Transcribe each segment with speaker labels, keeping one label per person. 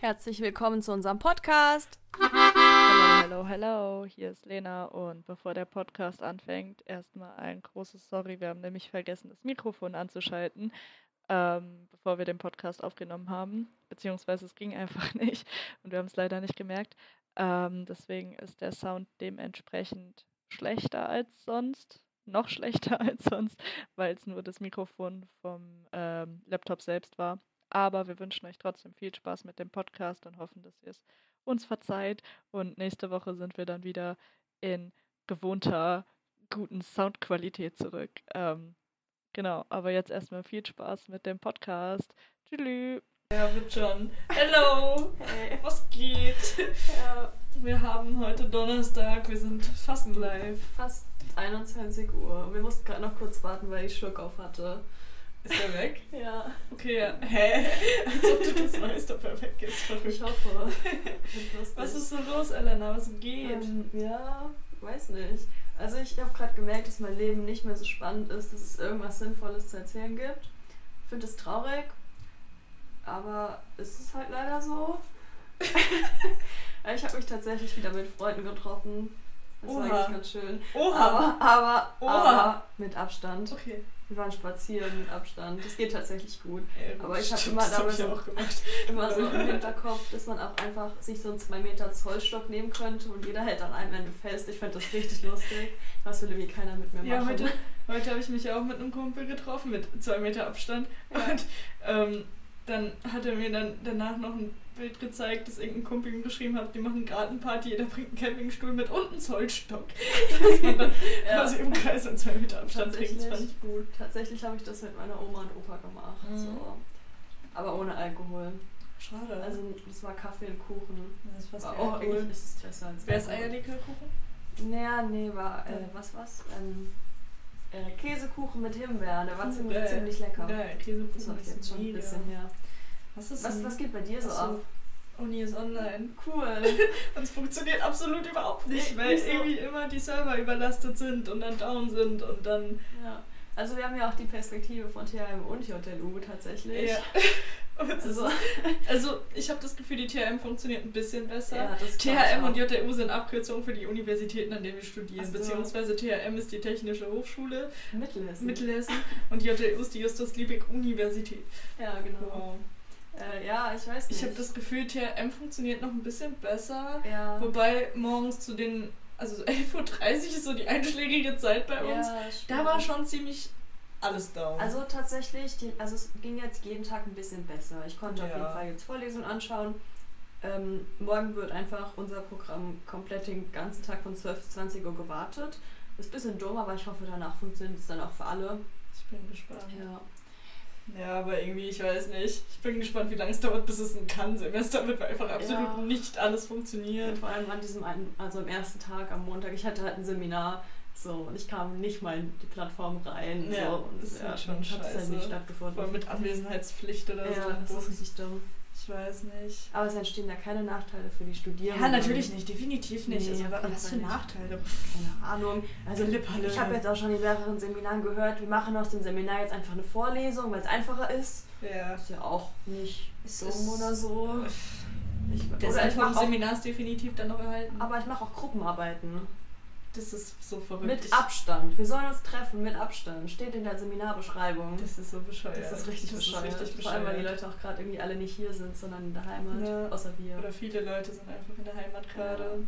Speaker 1: Herzlich willkommen zu unserem Podcast.
Speaker 2: Hello, hello, hello. Hier ist Lena und bevor der Podcast anfängt, erstmal ein großes Sorry. Wir haben nämlich vergessen, das Mikrofon anzuschalten, ähm, bevor wir den Podcast aufgenommen haben. Beziehungsweise es ging einfach nicht und wir haben es leider nicht gemerkt. Ähm, deswegen ist der Sound dementsprechend schlechter als sonst. Noch schlechter als sonst, weil es nur das Mikrofon vom ähm, Laptop selbst war. Aber wir wünschen euch trotzdem viel Spaß mit dem Podcast und hoffen, dass ihr es uns verzeiht. Und nächste Woche sind wir dann wieder in gewohnter, guten Soundqualität zurück. Ähm, genau, aber jetzt erstmal viel Spaß mit dem Podcast. Tschüss. Ja, mit John. Hello,
Speaker 1: Hey.
Speaker 2: was geht?
Speaker 1: Ja,
Speaker 2: Wir haben heute Donnerstag, wir sind fast live.
Speaker 1: fast 21 Uhr. Wir mussten gerade noch kurz warten, weil ich Schluck auf hatte.
Speaker 2: Ist er weg?
Speaker 1: Ja,
Speaker 2: Okay, ja. Hä? Als ob du das weißt, ob er weg ist.
Speaker 1: ich
Speaker 2: Verrückt.
Speaker 1: hoffe. Wird lustig.
Speaker 2: Was ist so los, Elena? Was geht?
Speaker 1: Ähm, ja, weiß nicht. Also ich habe gerade gemerkt, dass mein Leben nicht mehr so spannend ist, dass es irgendwas Sinnvolles zu erzählen gibt. Ich finde es traurig, aber es ist halt leider so. ich habe mich tatsächlich wieder mit Freunden getroffen. Das war
Speaker 2: Oha.
Speaker 1: eigentlich ganz schön.
Speaker 2: Oha!
Speaker 1: Aber, aber,
Speaker 2: Oha.
Speaker 1: aber mit Abstand.
Speaker 2: okay.
Speaker 1: Wir waren spazieren mit Abstand. Das geht tatsächlich gut.
Speaker 2: Ey,
Speaker 1: Aber ich hab
Speaker 2: stimmt,
Speaker 1: immer
Speaker 2: das hab
Speaker 1: damals
Speaker 2: ich ja
Speaker 1: so-
Speaker 2: auch gemacht.
Speaker 1: Immer so im Hinterkopf, dass man auch einfach sich so einen 2 Meter Zollstock nehmen könnte und jeder hält an einem Ende fest. Ich fand das richtig lustig. Das will irgendwie keiner mit mir machen.
Speaker 2: Ja, heute, heute habe ich mich auch mit einem Kumpel getroffen, mit zwei Meter Abstand. Und ähm, dann hat er mir dann danach noch ein Bild gezeigt, das irgendein Kumpel ihm geschrieben hat, die machen Gartenparty, jeder bringt einen Campingstuhl mit und einen Zollstock. Dass man dann
Speaker 1: Ja.
Speaker 2: quasi im Kreis an zwei Meter Abstand trinkt, das
Speaker 1: Tatsächlich.
Speaker 2: fand ich gut.
Speaker 1: Tatsächlich habe ich das mit meiner Oma und Opa gemacht.
Speaker 2: Mhm.
Speaker 1: So. Aber ohne Alkohol.
Speaker 2: Schade. Also,
Speaker 1: Also das war Kaffee und Kuchen.
Speaker 2: das ist fast
Speaker 1: War
Speaker 2: oh,
Speaker 1: auch eigentlich ist es besser als
Speaker 2: Wer ist
Speaker 1: Alkohol.
Speaker 2: Eierlikörkuchen?
Speaker 1: Naja, nee, war äh, was was? Ähm, äh, Käsekuchen mit Himbeeren. Der war ziemlich,
Speaker 2: Hm, Geil.
Speaker 1: ziemlich lecker.
Speaker 2: Geil, Käsekuchen
Speaker 1: Das war
Speaker 2: ist
Speaker 1: jetzt schon ein
Speaker 2: mega.
Speaker 1: bisschen her.
Speaker 2: Was ist
Speaker 1: Was,
Speaker 2: denn-
Speaker 1: was geht bei dir so
Speaker 2: Ach so.
Speaker 1: ab?
Speaker 2: Uni ist online.
Speaker 1: Cool.
Speaker 2: Und es funktioniert absolut überhaupt nicht,
Speaker 1: Nee,
Speaker 2: weil
Speaker 1: nicht so.
Speaker 2: irgendwie immer die Server überlastet sind und dann down sind und dann.
Speaker 1: Ja. Also wir haben ja auch die Perspektive von THM und JLU tatsächlich.
Speaker 2: Ja. Und es ist-
Speaker 1: Also,
Speaker 2: Also ich habe das Gefühl, die THM funktioniert ein bisschen besser.
Speaker 1: ja, das glaub ich
Speaker 2: THM
Speaker 1: auch.
Speaker 2: und JTU sind Abkürzungen für die Universitäten, an denen wir studieren.
Speaker 1: Ach so.
Speaker 2: Beziehungsweise THM ist die Technische Hochschule
Speaker 1: Mittelhessen.
Speaker 2: Mittelhessen und JTU ist die Justus-Liebig-Universität.
Speaker 1: ja, genau.
Speaker 2: Wow.
Speaker 1: Äh, ja, ich weiß nicht.
Speaker 2: Ich habe das Gefühl, THM funktioniert noch ein bisschen besser.
Speaker 1: ja.
Speaker 2: Wobei morgens zu den, also 11.30 Uhr ist so die einschlägige Zeit bei uns.
Speaker 1: ja, stimmt.
Speaker 2: Da war schon ziemlich alles down.
Speaker 1: Also tatsächlich, die, also es ging jetzt jeden Tag ein bisschen besser. Ich konnte auf
Speaker 2: Ja.
Speaker 1: jeden Fall jetzt Vorlesungen anschauen. Ähm, morgen wird einfach unser Programm komplett den ganzen Tag von 12 bis 20 Uhr gewartet. Ist ein bisschen dumm, aber ich hoffe, danach funktioniert es dann auch für alle.
Speaker 2: ich bin gespannt.
Speaker 1: Ja.
Speaker 2: Ja, aber irgendwie, ich weiß nicht. Ich bin gespannt, wie lange es dauert, bis es ein Kann-Semester wird, weil einfach absolut
Speaker 1: Ja.
Speaker 2: nicht alles
Speaker 1: Ja,
Speaker 2: funktioniert.
Speaker 1: vor allem an diesem einen, also am ersten Tag am Montag, ich hatte halt ein Seminar so und ich kam nicht mal in die Plattform rein.
Speaker 2: Ja,
Speaker 1: so, und
Speaker 2: das ist halt schon
Speaker 1: hat's
Speaker 2: scheiße.
Speaker 1: dann nicht
Speaker 2: Vor allem
Speaker 1: stattgefunden.
Speaker 2: mit Anwesenheitspflicht oder so.
Speaker 1: Ja, das ist richtig dumm.
Speaker 2: Ich weiß nicht.
Speaker 1: Aber es entstehen da keine Nachteile für die Studierenden.
Speaker 2: Ja, natürlich nicht, definitiv nicht.
Speaker 1: Nee,
Speaker 2: also,
Speaker 1: auf
Speaker 2: wa-
Speaker 1: jeden
Speaker 2: was für
Speaker 1: Fall nicht.
Speaker 2: Nachteile?
Speaker 1: Keine Ahnung. Also
Speaker 2: Lipphalle.
Speaker 1: ich habe jetzt auch schon die Lehrerinnen Seminaren gehört, wir machen aus dem Seminar jetzt einfach eine Vorlesung, weil es einfacher ist.
Speaker 2: Ja.
Speaker 1: Ist ja auch nicht
Speaker 2: Es
Speaker 1: dumm
Speaker 2: ist-
Speaker 1: oder so. Ich,
Speaker 2: Der
Speaker 1: oder
Speaker 2: Sinn
Speaker 1: ich
Speaker 2: vom
Speaker 1: mach auch,
Speaker 2: Seminar ist definitiv dann noch erhalten.
Speaker 1: aber ich mache auch Gruppenarbeiten.
Speaker 2: das ist so verrückt.
Speaker 1: Mit
Speaker 2: Ich-
Speaker 1: Abstand. Wir sollen uns treffen mit Abstand. Steht in der Seminarbeschreibung.
Speaker 2: Das ist so bescheuert.
Speaker 1: Das ist richtig
Speaker 2: das
Speaker 1: bescheuert.
Speaker 2: Ist richtig
Speaker 1: Vor allem, weil die
Speaker 2: bescheuert.
Speaker 1: Leute auch gerade irgendwie alle nicht hier sind, sondern in der Heimat.
Speaker 2: Ja.
Speaker 1: Außer wir.
Speaker 2: Oder viele Leute sind einfach in der Heimat gerade.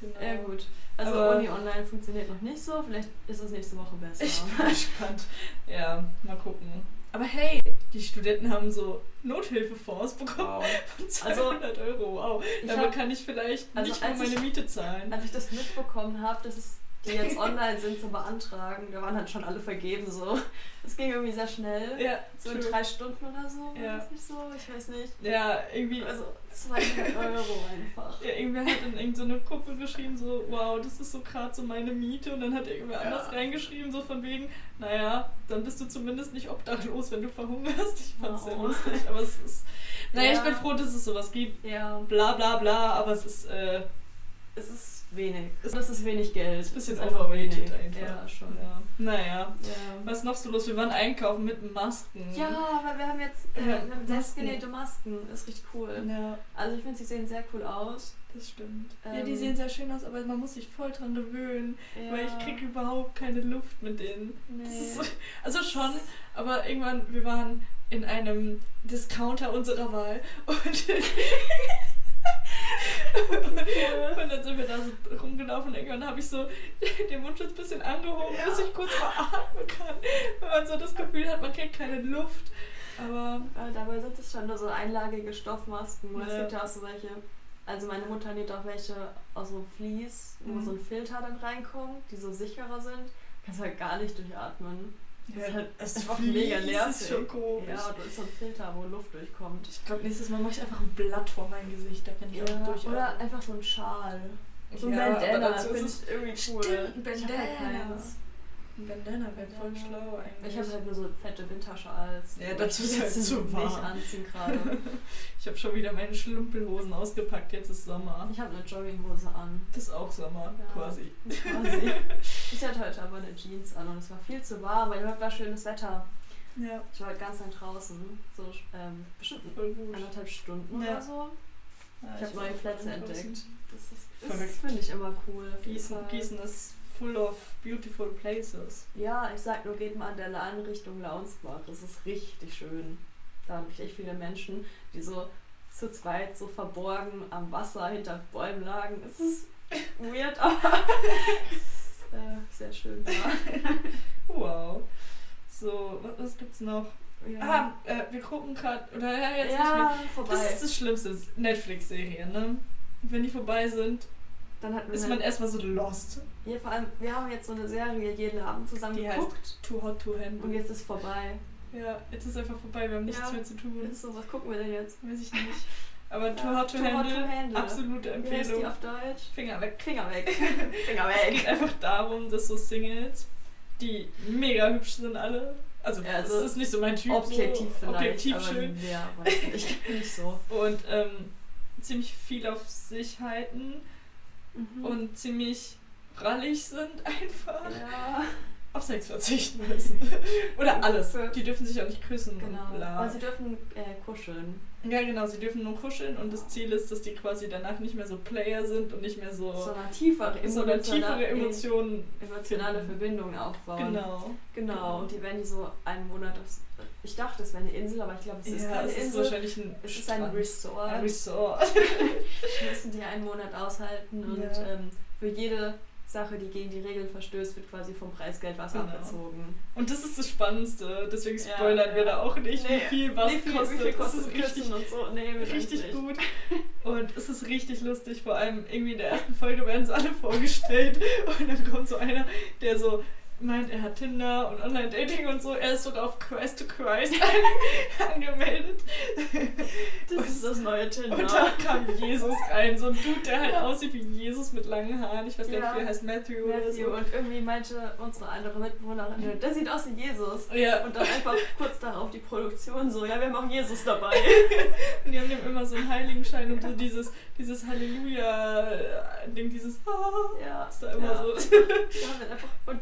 Speaker 2: Genau.
Speaker 1: ja, gut. Also,
Speaker 2: Aber-
Speaker 1: Uni online funktioniert noch nicht so. Vielleicht ist es nächste Woche besser.
Speaker 2: Ich bin gespannt. Ja, mal gucken. Aber hey, die Studenten haben so Nothilfefonds bekommen
Speaker 1: Wow.
Speaker 2: von
Speaker 1: Also,
Speaker 2: 200 Euro. Wow.
Speaker 1: ich
Speaker 2: Damit
Speaker 1: hab-
Speaker 2: kann ich vielleicht
Speaker 1: also
Speaker 2: nicht nur
Speaker 1: als
Speaker 2: meine
Speaker 1: ich-
Speaker 2: Miete zahlen.
Speaker 1: Als ich das mitbekommen habe, dass es die jetzt online sind zu beantragen, da waren halt schon alle vergeben. so. Es ging irgendwie sehr schnell.
Speaker 2: ja,
Speaker 1: Also So in
Speaker 2: true.
Speaker 1: drei Stunden oder so.
Speaker 2: Ja.
Speaker 1: War das nicht so? Ich weiß nicht.
Speaker 2: ja, irgendwie.
Speaker 1: Also 200 Euro einfach.
Speaker 2: ja, irgendwer hat in irgendeine Gruppe geschrieben, so, wow, das ist so gerade so meine Miete. Und dann hat irgendwer
Speaker 1: Ja.
Speaker 2: anders reingeschrieben, so von wegen, naja, dann bist du zumindest nicht obdachlos, wenn du verhungerst. Ich fand's sehr
Speaker 1: Oh.
Speaker 2: lustig, aber es ist. Naja,
Speaker 1: Ja.
Speaker 2: ich bin froh, dass es sowas gibt.
Speaker 1: Ja,
Speaker 2: Bla bla bla, aber es ist. Äh,
Speaker 1: es ist wenig. Das ist wenig Geld.
Speaker 2: Ist ein bisschen
Speaker 1: Das ist einfach
Speaker 2: overrated
Speaker 1: wenig.
Speaker 2: einfach.
Speaker 1: Ja, schon. Ja.
Speaker 2: Ja. Mhm. Naja.
Speaker 1: Ja.
Speaker 2: Was ist noch so los? Wir waren einkaufen mit Masken.
Speaker 1: aber wir haben jetzt äh,
Speaker 2: Ja,
Speaker 1: wir haben selbstgenähte
Speaker 2: Masken.
Speaker 1: Masken. Ist richtig cool.
Speaker 2: Ja,
Speaker 1: Also ich finde, sie sehen sehr cool aus.
Speaker 2: das stimmt. ja,
Speaker 1: Ähm.
Speaker 2: die sehen sehr schön aus, aber man muss sich voll dran gewöhnen,
Speaker 1: Ja.
Speaker 2: weil ich kriege überhaupt keine Luft mit denen.
Speaker 1: Nee.
Speaker 2: Das ist so, also schon, aber irgendwann, wir waren in einem Discounter unserer Wahl und, und dann sind wir da so rumgelaufen und irgendwann habe ich so den Mundschutz ein bisschen angehoben,
Speaker 1: Ja.
Speaker 2: dass ich kurz mal atmen kann, weil man so das Gefühl hat, man kriegt keine Luft. Aber
Speaker 1: Aber dabei sind es schon nur so einlagige Stoffmasken. Es
Speaker 2: Ja.
Speaker 1: gibt ja auch so welche. Also meine Mutter näht auch welche aus so Vlies, wo
Speaker 2: Mhm.
Speaker 1: so ein Filter dann reinkommt, die so sicherer sind. Kannst halt gar nicht durchatmen. Das ist halt einfach
Speaker 2: fies,
Speaker 1: mega nervig.
Speaker 2: ist schon komisch.
Speaker 1: Ja, und da ist so ein Filter, wo Luft durchkommt.
Speaker 2: Ich glaube, nächstes Mal mache ich einfach ein Blatt vor mein Gesicht, da kann ich auch durch.
Speaker 1: oder einfach so ein Schal. So ein
Speaker 2: Ja, aber
Speaker 1: Bandana
Speaker 2: dazu ist
Speaker 1: finde
Speaker 2: es-
Speaker 1: ich irgendwie cool.
Speaker 2: Stimmt, ein
Speaker 1: Ich hab halt
Speaker 2: Bandana.
Speaker 1: keins.
Speaker 2: Ein Bandana wäre voll
Speaker 1: Bandana.
Speaker 2: schlau eigentlich.
Speaker 1: Ich habe halt nur so fette Winterschals.
Speaker 2: Ja, dazu
Speaker 1: die
Speaker 2: ist halt
Speaker 1: jetzt
Speaker 2: zu warm.
Speaker 1: Nicht anziehen gerade.
Speaker 2: ich habe schon wieder meine Schlumpelhosen ausgepackt, jetzt ist Sommer.
Speaker 1: Ich habe eine Jogginghose an.
Speaker 2: Das ist auch Sommer,
Speaker 1: Ja.
Speaker 2: quasi.
Speaker 1: Quasi. Ich hatte heute aber eine Jeans an und es war viel zu warm, weil heute war schönes Wetter.
Speaker 2: Ja,
Speaker 1: Ich war heute ganz lang draußen, so ähm, bestimmt
Speaker 2: voll gut.
Speaker 1: anderthalb Stunden
Speaker 2: Ja.
Speaker 1: oder so.
Speaker 2: Ja,
Speaker 1: Ich habe neue
Speaker 2: war
Speaker 1: Plätze
Speaker 2: draußen.
Speaker 1: entdeckt. Das, ist- das
Speaker 2: Verrückt.
Speaker 1: finde ich immer cool. auf jeden
Speaker 2: Gießen,
Speaker 1: Fall.
Speaker 2: Gießen ist full of beautiful places.
Speaker 1: Ja, ich sag nur, geht mal an der Lahn Richtung Launsbach. Das ist richtig schön. Da habe ich echt viele Menschen, die so zu zweit so verborgen am Wasser hinter Bäumen lagen. Es ist weird, aber es ist äh, sehr schön da.
Speaker 2: Wow. So, was, was gibt's noch?
Speaker 1: Ja,
Speaker 2: Ah, äh, wir gucken gerade, oder ja, jetzt nicht mehr.
Speaker 1: ja vorbei.
Speaker 2: Das ist das Schlimmste, Netflix-Serien, ne? Wenn die vorbei sind,
Speaker 1: Dann hat man
Speaker 2: ist man erstmal so lost.
Speaker 1: ja, vor allem, wir haben jetzt so eine Serie jeden Abend zusammen
Speaker 2: Die heißt-
Speaker 1: geguckt
Speaker 2: Too hot to handle.
Speaker 1: und jetzt ist vorbei.
Speaker 2: Ja, jetzt ist einfach vorbei, wir haben nichts
Speaker 1: Ja.
Speaker 2: mehr zu tun.
Speaker 1: Ist so, was gucken wir denn jetzt?
Speaker 2: Weiß ich nicht. Aber Too
Speaker 1: Ja,
Speaker 2: Hot to
Speaker 1: Too Hot to
Speaker 2: Handle,
Speaker 1: Handle.
Speaker 2: absolute
Speaker 1: Wie heißt die
Speaker 2: Empfehlung.
Speaker 1: auf Deutsch?
Speaker 2: Finger weg.
Speaker 1: Finger weg. Finger
Speaker 2: Es geht
Speaker 1: weg.
Speaker 2: einfach darum, dass so Singles, die mega hübsch sind alle, also
Speaker 1: Ja,
Speaker 2: es
Speaker 1: also
Speaker 2: ist nicht so mein Typ,
Speaker 1: Objektiv
Speaker 2: so,
Speaker 1: vielleicht.
Speaker 2: objektiv
Speaker 1: aber
Speaker 2: schön
Speaker 1: Ja, weiß nicht. Ich bin nicht so.
Speaker 2: und ähm, ziemlich viel auf sich halten
Speaker 1: Und
Speaker 2: und ziemlich rallig sind einfach.
Speaker 1: ja,
Speaker 2: Auf Sex verzichten müssen. Oder alles.
Speaker 1: Ja.
Speaker 2: Die dürfen sich auch nicht küssen
Speaker 1: genau.
Speaker 2: und bla.
Speaker 1: Aber sie dürfen äh, kuscheln.
Speaker 2: Ja, genau, sie dürfen nur kuscheln und das Ziel ist, dass die quasi danach nicht mehr so Player sind und nicht mehr so,
Speaker 1: Sondern tiefere Emotionen.
Speaker 2: sondern Oh. tiefere Emotionen.
Speaker 1: Emotionale Verbindungen aufbauen.
Speaker 2: Genau.
Speaker 1: Genau. Und die werden die so einen Monat aufs. Ich dachte, es wäre eine Insel, aber ich glaube, es ist
Speaker 2: ja,
Speaker 1: keine
Speaker 2: es ist
Speaker 1: Insel.
Speaker 2: wahrscheinlich ein
Speaker 1: es ist ein
Speaker 2: Strand. Ein
Speaker 1: Resort.
Speaker 2: Resort.
Speaker 1: müssen die einen Monat aushalten und
Speaker 2: Ja.
Speaker 1: ähm, für jede Sache, die gegen die Regeln verstößt, wird quasi vom Preisgeld was
Speaker 2: Genau.
Speaker 1: abgezogen.
Speaker 2: Und das ist das Spannendste, deswegen
Speaker 1: Ja,
Speaker 2: spoilern
Speaker 1: ja.
Speaker 2: wir da auch nicht, wie
Speaker 1: Nee,
Speaker 2: viel was
Speaker 1: wie viel,
Speaker 2: kostet.
Speaker 1: Wie viel kostet
Speaker 2: das ist
Speaker 1: Küssen
Speaker 2: richtig,
Speaker 1: und so? Nee, wir
Speaker 2: richtig
Speaker 1: wissen's nicht.
Speaker 2: gut. Und es ist richtig lustig, vor allem irgendwie in der ersten Folge werden sie alle vorgestellt und dann kommt so einer, der so meint, er hat Tinder und Online-Dating und so, er ist sogar auf Christ to Christ angemeldet.
Speaker 1: Das ist das neue Tinder.
Speaker 2: Und da kam Jesus rein, so ein Dude, der halt aussieht wie Jesus mit langen Haaren. Ich weiß gar
Speaker 1: Ja.
Speaker 2: nicht, wie er heißt, Matthew, oder
Speaker 1: Matthew
Speaker 2: so.
Speaker 1: und irgendwie meinte unsere andere Mitbewohnerin, der sieht aus wie Jesus.
Speaker 2: Ja,
Speaker 1: Und dann einfach kurz darauf die Produktion so, ja, wir haben auch Jesus dabei.
Speaker 2: und die haben dem immer so einen Heiligenschein und so dieses, dieses Halleluja-Ding, dieses Ah,
Speaker 1: Ja,
Speaker 2: ist da immer
Speaker 1: ja.
Speaker 2: so
Speaker 1: Wir haben dann einfach und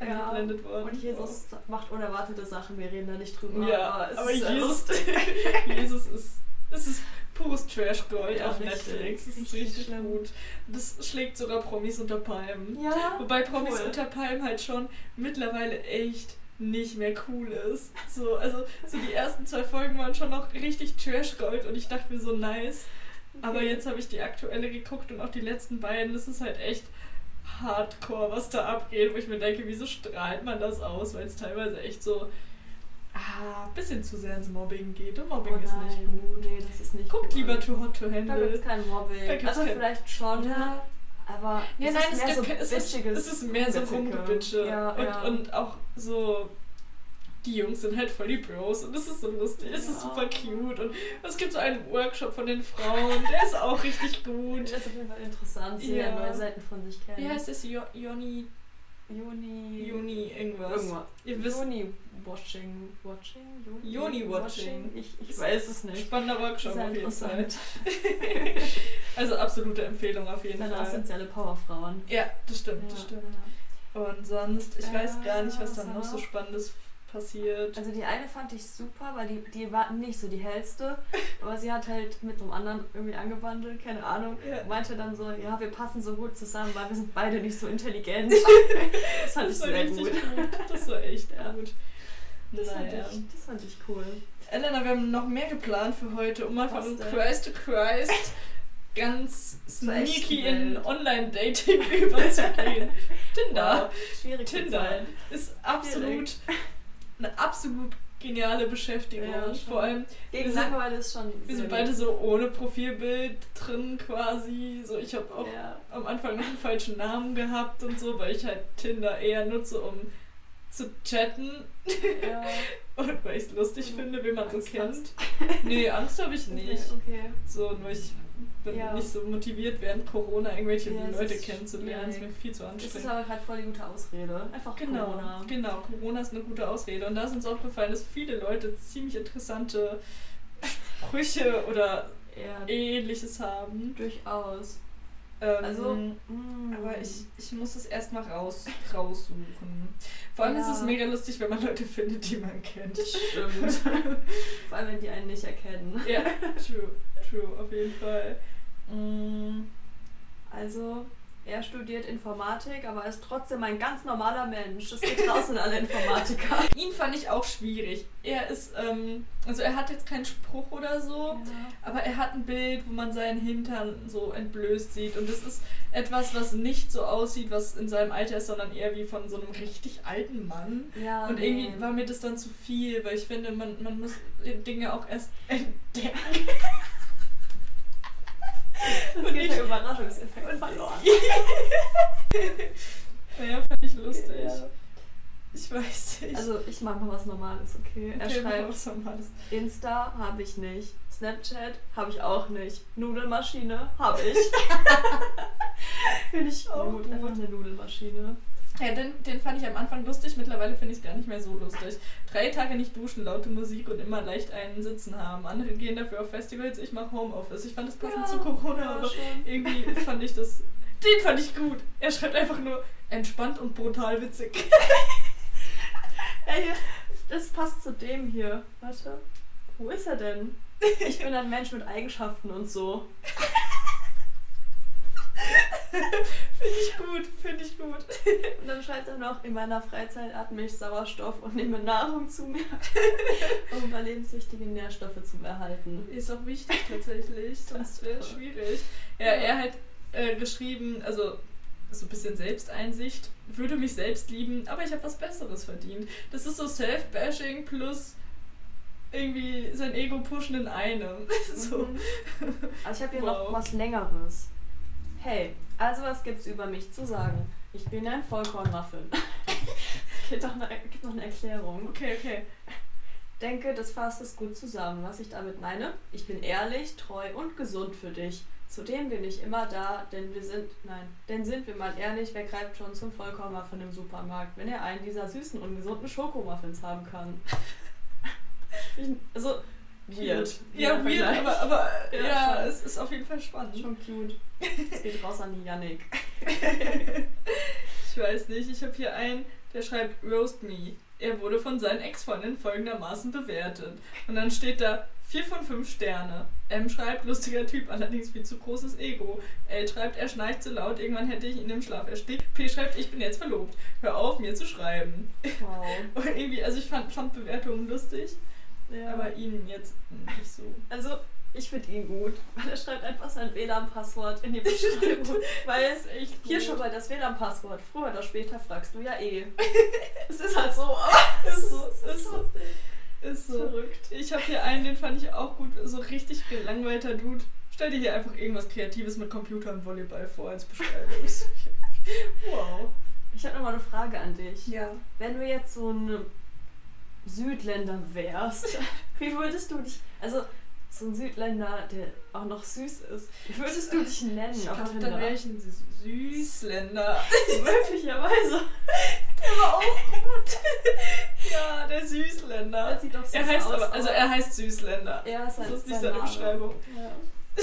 Speaker 1: ja,
Speaker 2: eingeblendet worden.
Speaker 1: und Jesus macht unerwartete Sachen, wir reden da nicht drüber.
Speaker 2: Wow. Ja,
Speaker 1: es
Speaker 2: aber
Speaker 1: ist sehr
Speaker 2: Jesus,
Speaker 1: lustig.
Speaker 2: Jesus ist, es ist pures Trash-Gold
Speaker 1: Ja,
Speaker 2: auf
Speaker 1: richtig.
Speaker 2: Netflix. Das ist
Speaker 1: Richtig
Speaker 2: richtig
Speaker 1: schlimm.
Speaker 2: gut. Das schlägt sogar Promis unter Palmen.
Speaker 1: Ja.
Speaker 2: Wobei Promis
Speaker 1: Cool.
Speaker 2: unter Palmen halt schon mittlerweile echt nicht mehr cool ist. So, also so die ersten zwei Folgen waren schon noch richtig Trash-Gold und ich dachte mir so nice. Aber jetzt habe ich die aktuelle geguckt und auch die letzten beiden. Das ist halt echt hardcore, was da abgeht, wo ich mir denke, wieso strahlt man das aus, weil es teilweise echt so ah, ein bisschen zu sehr ins Mobbing geht. Und Mobbing ist nicht gut.
Speaker 1: Oh Nee, das ist nicht
Speaker 2: Guckt
Speaker 1: gut.
Speaker 2: lieber Too Hot to
Speaker 1: Da gibt
Speaker 2: Handle.
Speaker 1: es kein Mobbing.
Speaker 2: Da gibt's
Speaker 1: also
Speaker 2: kein-
Speaker 1: vielleicht schon,
Speaker 2: Ja.
Speaker 1: aber
Speaker 2: Ja,
Speaker 1: es
Speaker 2: nein,
Speaker 1: ist
Speaker 2: es,
Speaker 1: mehr
Speaker 2: gibt,
Speaker 1: so
Speaker 2: es, ist,
Speaker 1: bitchiges
Speaker 2: es ist mehr so
Speaker 1: Rumgezicke.
Speaker 2: Rumgebitsche.
Speaker 1: Ja,
Speaker 2: und,
Speaker 1: ja.
Speaker 2: und auch so, die Jungs sind halt voll die Bros und das ist so lustig, es
Speaker 1: Ja.
Speaker 2: ist super cute. Und es gibt so einen Workshop von den Frauen, der ist auch richtig gut.
Speaker 1: Das ist auf jeden Fall interessant, sie ja.
Speaker 2: Ja.
Speaker 1: neue Seiten von sich kennen.
Speaker 2: Wie heißt es? Jo Joni
Speaker 1: Juni.
Speaker 2: Juni irgendwas.
Speaker 1: Irgendwas.
Speaker 2: Ihr wisst,
Speaker 1: Juni-Watching. Watching? Juni-
Speaker 2: Juni-Watching.
Speaker 1: Ich, ich weiß es nicht.
Speaker 2: spannender Workshop
Speaker 1: Sehr
Speaker 2: auf jeden Fall.
Speaker 1: interessant.
Speaker 2: also absolute Empfehlung auf jeden
Speaker 1: Deine
Speaker 2: Fall.
Speaker 1: essentielle Powerfrauen.
Speaker 2: Ja, das stimmt,
Speaker 1: Ja,
Speaker 2: das stimmt.
Speaker 1: ja.
Speaker 2: Und sonst, ich weiß gar nicht, was
Speaker 1: Äh,
Speaker 2: dann noch so
Speaker 1: Sarah?
Speaker 2: Spannendes passiert.
Speaker 1: Also die eine fand ich super, weil die, die war nicht so die hellste, aber sie hat halt mit einem anderen irgendwie angebandelt, keine Ahnung.
Speaker 2: Ja.
Speaker 1: Meinte dann so, ja, wir passen so gut zusammen, weil wir sind beide nicht so intelligent. das fand ich sehr gut.
Speaker 2: Das war echt
Speaker 1: Ja.
Speaker 2: gut.
Speaker 1: Das fand,
Speaker 2: Naja.
Speaker 1: ich, das fand ich cool.
Speaker 2: Elena, wir haben noch mehr geplant für heute, um mal
Speaker 1: Was
Speaker 2: von
Speaker 1: denn?
Speaker 2: Christ to Christ ganz
Speaker 1: Zur echten
Speaker 2: sneaky in
Speaker 1: Welt.
Speaker 2: Online-Dating überzugehen. Tinder.
Speaker 1: Wow, schwierig zu
Speaker 2: Tinder
Speaker 1: sein.
Speaker 2: ist absolut
Speaker 1: Direkt.
Speaker 2: eine absolut geniale Beschäftigung.
Speaker 1: Ja, schon.
Speaker 2: Vor allem,
Speaker 1: Gegen
Speaker 2: Wir sind-
Speaker 1: Langeweile ist schon.
Speaker 2: wir sind
Speaker 1: sehr
Speaker 2: beide
Speaker 1: gut.
Speaker 2: so ohne Profilbild drin quasi. So, ich habe auch
Speaker 1: Ja.
Speaker 2: am Anfang noch einen falschen Namen gehabt und so, weil ich halt Tinder eher nutze, um zu chatten
Speaker 1: ja.
Speaker 2: und weil ich es lustig finde, wie man so
Speaker 1: Angst
Speaker 2: kennt.
Speaker 1: hast.
Speaker 2: Nee, Angst habe ich nicht.
Speaker 1: Okay.
Speaker 2: So, nur ich bin
Speaker 1: Ja.
Speaker 2: nicht so motiviert, während Corona irgendwelche
Speaker 1: Ja, es
Speaker 2: Leute
Speaker 1: ist
Speaker 2: kennenzulernen. Das ist mir
Speaker 1: schwierig.
Speaker 2: viel zu
Speaker 1: Das ist
Speaker 2: anstrengend.
Speaker 1: aber gerade voll die gute Ausrede. Einfach
Speaker 2: Genau,
Speaker 1: Corona.
Speaker 2: genau. Corona ist eine gute Ausrede. Und da ist uns aufgefallen, dass viele Leute ziemlich interessante Sprüche oder
Speaker 1: Ja,
Speaker 2: ähnliches haben.
Speaker 1: durchaus.
Speaker 2: Ähm, hm.
Speaker 1: Also, Mm.
Speaker 2: Aber ich, ich muss es erstmal raus, raussuchen. Vor allem ist es
Speaker 1: Ja.
Speaker 2: mega lustig, wenn man Leute findet, die man kennt.
Speaker 1: Das stimmt. Vor allem, wenn die einen nicht erkennen.
Speaker 2: ja, true, true, auf jeden Fall. Mm,
Speaker 1: Also, er studiert Informatik, aber ist trotzdem ein ganz normaler Mensch. Das geht draußen alle Informatiker.
Speaker 2: Ihn fand ich auch schwierig. Er ist, ähm, also er hat jetzt keinen Spruch oder so, aber er hat ein Bild, wo man seinen Hintern so entblößt sieht. Und das ist etwas, was nicht so aussieht, was in seinem Alter ist, sondern eher wie von so einem richtig alten Mann.
Speaker 1: Ja,
Speaker 2: Und irgendwie
Speaker 1: Ah, nee.
Speaker 2: war mir das dann zu viel, weil ich finde, man, man muss Dinge auch erst entdecken.
Speaker 1: das
Speaker 2: und
Speaker 1: geht der
Speaker 2: ich-
Speaker 1: Überraschungseffekt verloren.
Speaker 2: naja, fand ich lustig.
Speaker 1: Ja.
Speaker 2: Ich weiß nicht.
Speaker 1: Also, ich mag mal was Normales, okay? Er
Speaker 2: Okay,
Speaker 1: schreibt,
Speaker 2: was soll man das?
Speaker 1: Insta habe ich nicht, Snapchat habe ich auch nicht, Nudelmaschine habe ich. Finde ich
Speaker 2: Auch
Speaker 1: gut. Einfach eine Nudelmaschine.
Speaker 2: Ja, den, den fand ich am Anfang lustig, mittlerweile finde ich es gar nicht mehr so lustig. Drei Tage nicht duschen, laute Musik und immer leicht einen Sitzen haben. Andere gehen dafür auf Festivals, ich mache Homeoffice. Ich fand das passend
Speaker 1: Ja,
Speaker 2: zu Corona,
Speaker 1: ja,
Speaker 2: aber
Speaker 1: schon.
Speaker 2: irgendwie fand ich das. Den fand ich gut. Er schreibt einfach nur entspannt und brutal witzig.
Speaker 1: Ey, das passt zu dem hier. Warte. Wo ist er denn? Ich bin ein Mensch mit Eigenschaften und so.
Speaker 2: Finde ich gut, finde ich gut.
Speaker 1: Und dann schreibt er noch, in meiner Freizeit atme ich Sauerstoff und nehme Nahrung zu mir, um überlebenswichtige Nährstoffe zu erhalten.
Speaker 2: Ist auch wichtig tatsächlich, sonst wäre es schwierig. Ja, er hat äh, geschrieben, also so ein bisschen Selbsteinsicht, würde mich selbst lieben, aber ich habe was Besseres verdient. Das ist so Self-Bashing plus irgendwie sein Ego pushen in einem. so.
Speaker 1: Mhm. Also ich habe hier
Speaker 2: Wow.
Speaker 1: noch was Längeres. Hey, also was gibt's über mich zu sagen? Ich bin ein Vollkornmuffin. Es gibt doch eine, gibt noch eine Erklärung.
Speaker 2: Okay, okay.
Speaker 1: Denke, das fasst es gut zusammen. Was ich damit meine? Ich bin ehrlich, treu und gesund für dich. Zudem bin ich immer da, denn wir sind, nein, denn sind wir mal ehrlich, wer greift schon zum Vollkornmuffin im Supermarkt, wenn er einen dieser süßen, ungesunden Schokomuffins haben kann? Ich, also, weird.
Speaker 2: Ja, weird,
Speaker 1: Vergleich.
Speaker 2: aber, aber ja,
Speaker 1: Ja, schon.
Speaker 2: es ist auf jeden Fall spannend.
Speaker 1: Schon cute. Es geht raus an die Yannick.
Speaker 2: Ich weiß nicht, ich habe hier einen, der schreibt Roast Me. Er wurde von seinen Ex-Freundinnen folgendermaßen bewertet. Und dann steht da 4 von 5 Sterne. M schreibt, lustiger Typ, allerdings viel zu großes Ego. L schreibt, er schnarcht so laut, irgendwann hätte ich ihn im Schlaf erstickt. P schreibt, ich bin jetzt verlobt. Hör auf, mir zu schreiben.
Speaker 1: Wow.
Speaker 2: Und irgendwie, also ich fand, fand Bewertungen lustig,
Speaker 1: Ja.
Speaker 2: aber ihn jetzt nicht so.
Speaker 1: also, ich finde ihn gut, weil er schreibt einfach sein WLAN-Passwort in die Beschreibung. weil
Speaker 2: ist echt
Speaker 1: hier
Speaker 2: gut.
Speaker 1: schon mal das WLAN-Passwort. Früher oder später fragst du ja eh. es ist halt so.
Speaker 2: Ist so, ist so. Ist so.
Speaker 1: Verrückt.
Speaker 2: Ich habe hier einen, den fand ich auch gut, so richtig gelangweilter Dude. Stell dir hier einfach irgendwas Kreatives mit Computer und Volleyball vor als Beschreibung. wow.
Speaker 1: Ich habe nochmal eine Frage an dich.
Speaker 2: Ja.
Speaker 1: Wenn du jetzt so ein Südländer wärst, wie würdest du dich. Also, so ein Südländer, der auch noch süß ist. Wie würdest du dich nennen
Speaker 2: Ich
Speaker 1: auf
Speaker 2: glaube,
Speaker 1: Tinder?
Speaker 2: dann wäre ich ein Sü- Süßländer.
Speaker 1: Möglicherweise.
Speaker 2: Der war auch gut. ja, Ah, der
Speaker 1: Er
Speaker 2: Süßländer.
Speaker 1: sieht doch süß
Speaker 2: Er heißt
Speaker 1: aus.
Speaker 2: aber, also er heißt Süßländer.
Speaker 1: er ist
Speaker 2: Das
Speaker 1: halt
Speaker 2: ist nicht
Speaker 1: sein
Speaker 2: seine
Speaker 1: Name.
Speaker 2: Beschreibung.
Speaker 1: Ja.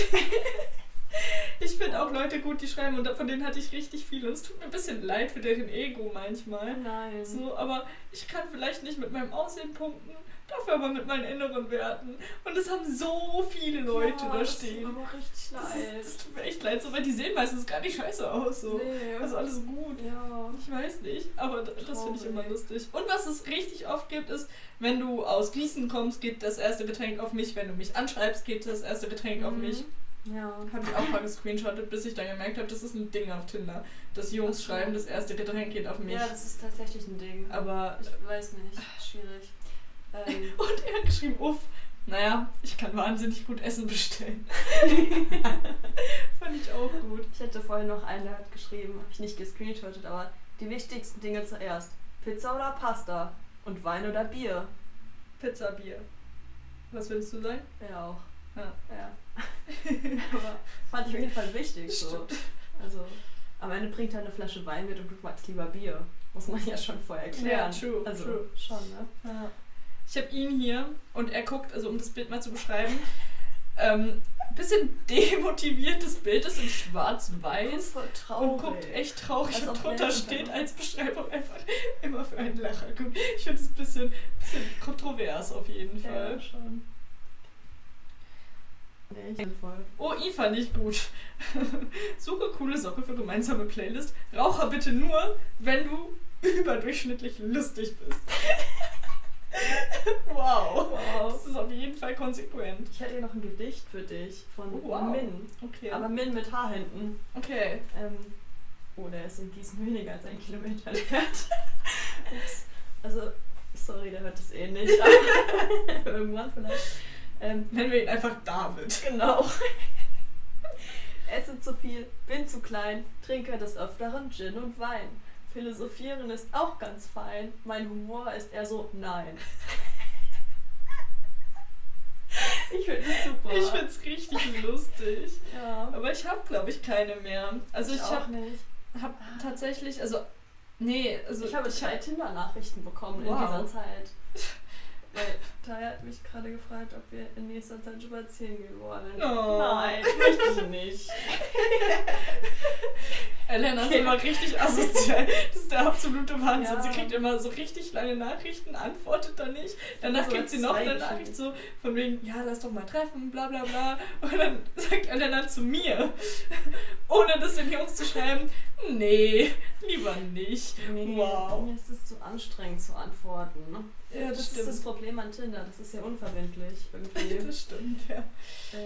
Speaker 2: Ich finde auch Leute gut, die schreiben und von denen hatte ich richtig viele. Und es tut mir ein bisschen leid für deren Ego manchmal.
Speaker 1: Nein.
Speaker 2: So, aber ich kann vielleicht nicht mit meinem Aussehen punkten, dafür aber mit meinen inneren Werten. Und das haben so viele Leute
Speaker 1: ja,
Speaker 2: da
Speaker 1: das
Speaker 2: stehen.
Speaker 1: Tut mir aber richtig
Speaker 2: Das,
Speaker 1: leid.
Speaker 2: ist, das tut mir echt leid, so, weil die sehen meistens gar nicht scheiße aus. So.
Speaker 1: nee.
Speaker 2: Also alles gut.
Speaker 1: ja.
Speaker 2: Ich weiß nicht, aber d- das finde ich
Speaker 1: Traurig.
Speaker 2: immer lustig. Und was es richtig oft gibt, ist, wenn du aus Gießen kommst, geht das erste Getränk auf mich. Wenn du mich anschreibst, geht das erste Getränk auf
Speaker 1: Mhm.
Speaker 2: mich.
Speaker 1: Ja.
Speaker 2: Habe ich auch mal gescreenshottet, bis ich dann gemerkt habe, das ist ein Ding auf Tinder. Dass Jungs schreiben, das erste Getränk geht auf mich.
Speaker 1: Ja, das ist tatsächlich ein Ding.
Speaker 2: Aber
Speaker 1: Ich weiß nicht. Schwierig. Ähm,
Speaker 2: Und er hat geschrieben, uff, naja, ich kann wahnsinnig gut Essen bestellen. Fand ich auch gut.
Speaker 1: ich hätte vorhin noch einen, der hat geschrieben, habe ich nicht gescreenshottet, aber die wichtigsten Dinge zuerst. Pizza oder Pasta? Und Wein oder Bier?
Speaker 2: Pizza, Bier. Was willst du sagen?
Speaker 1: Ja, auch.
Speaker 2: Ja.
Speaker 1: Ja. aber fand ich auf jeden Fall wichtig. So. Also, am Ende bringt er eine Flasche Wein mit und du magst lieber Bier. Muss man ja schon vorher erklären.
Speaker 2: Ja, true,
Speaker 1: Also,
Speaker 2: true.
Speaker 1: schon, ne?
Speaker 2: Ja. Ich habe ihn hier und er guckt, also um das Bild mal zu beschreiben, ähm, bisschen demotiviertes Bild ist in schwarz-weiß
Speaker 1: Voll
Speaker 2: und
Speaker 1: traurig.
Speaker 2: guckt echt traurig
Speaker 1: Als
Speaker 2: und
Speaker 1: ob
Speaker 2: drunter
Speaker 1: Lehrer-
Speaker 2: steht als Beschreibung einfach immer für einen Lacher. Ich finde es ein bisschen, bisschen kontrovers auf jeden Fall.
Speaker 1: Ja, schon. Nee, ich bin voll.
Speaker 2: Oh, I fand ich gut. Suche coole Socke für gemeinsame Playlist. Raucher bitte nur, wenn du überdurchschnittlich lustig bist. wow. Das ist auf jeden Fall konsequent.
Speaker 1: Ich hätte hier noch ein Gedicht für dich von
Speaker 2: Oh, wow.
Speaker 1: Min.
Speaker 2: Okay.
Speaker 1: Aber Min mit H hinten.
Speaker 2: okay.
Speaker 1: Ähm, oh, der ist in Gießen weniger als ein Kilometer entfernt. Ups. Also, sorry, der hört das eh nicht. aber Irgendwann vielleicht. Ähm,
Speaker 2: Nennen wir ihn einfach David.
Speaker 1: genau. Esse zu viel, bin zu klein, trinke des Öfteren Gin und Wein. Philosophieren ist auch ganz fein, mein Humor ist eher so nein. Ich finde das super.
Speaker 2: Ich find's richtig lustig.
Speaker 1: ja.
Speaker 2: Aber ich habe, glaube ich, keine mehr. Also ich,
Speaker 1: auch
Speaker 2: habe
Speaker 1: nicht.
Speaker 2: hab tatsächlich, also nee, also
Speaker 1: Ich habe drei Tinder-Nachrichten bekommen in
Speaker 2: Wow.
Speaker 1: dieser Zeit. Weil Taya hat mich gerade gefragt, ob wir in nächster Zeit spazieren gehen wollen.
Speaker 2: Oh.
Speaker 1: Nein, möchte ich nicht.
Speaker 2: Elena ist immer richtig asozial. Das ist der absolute Wahnsinn.
Speaker 1: Ja.
Speaker 2: Sie kriegt immer so richtig lange Nachrichten, antwortet dann nicht. Danach
Speaker 1: Also
Speaker 2: kriegt sie noch
Speaker 1: zwei
Speaker 2: eine
Speaker 1: geschrieben.
Speaker 2: Nachricht so von wegen, ja, lass doch mal treffen, bla bla bla. Und dann sagt Elena zu mir, ohne das den Jungs zu schreiben, nee, lieber nicht.
Speaker 1: Nee,
Speaker 2: Wow.
Speaker 1: Mir ist es zu anstrengend zu antworten.
Speaker 2: Ja, das,
Speaker 1: das ist
Speaker 2: stimmt.
Speaker 1: das Problem an Tinder, das ist ja unverbindlich irgendwie.
Speaker 2: das stimmt, ja.
Speaker 1: ja.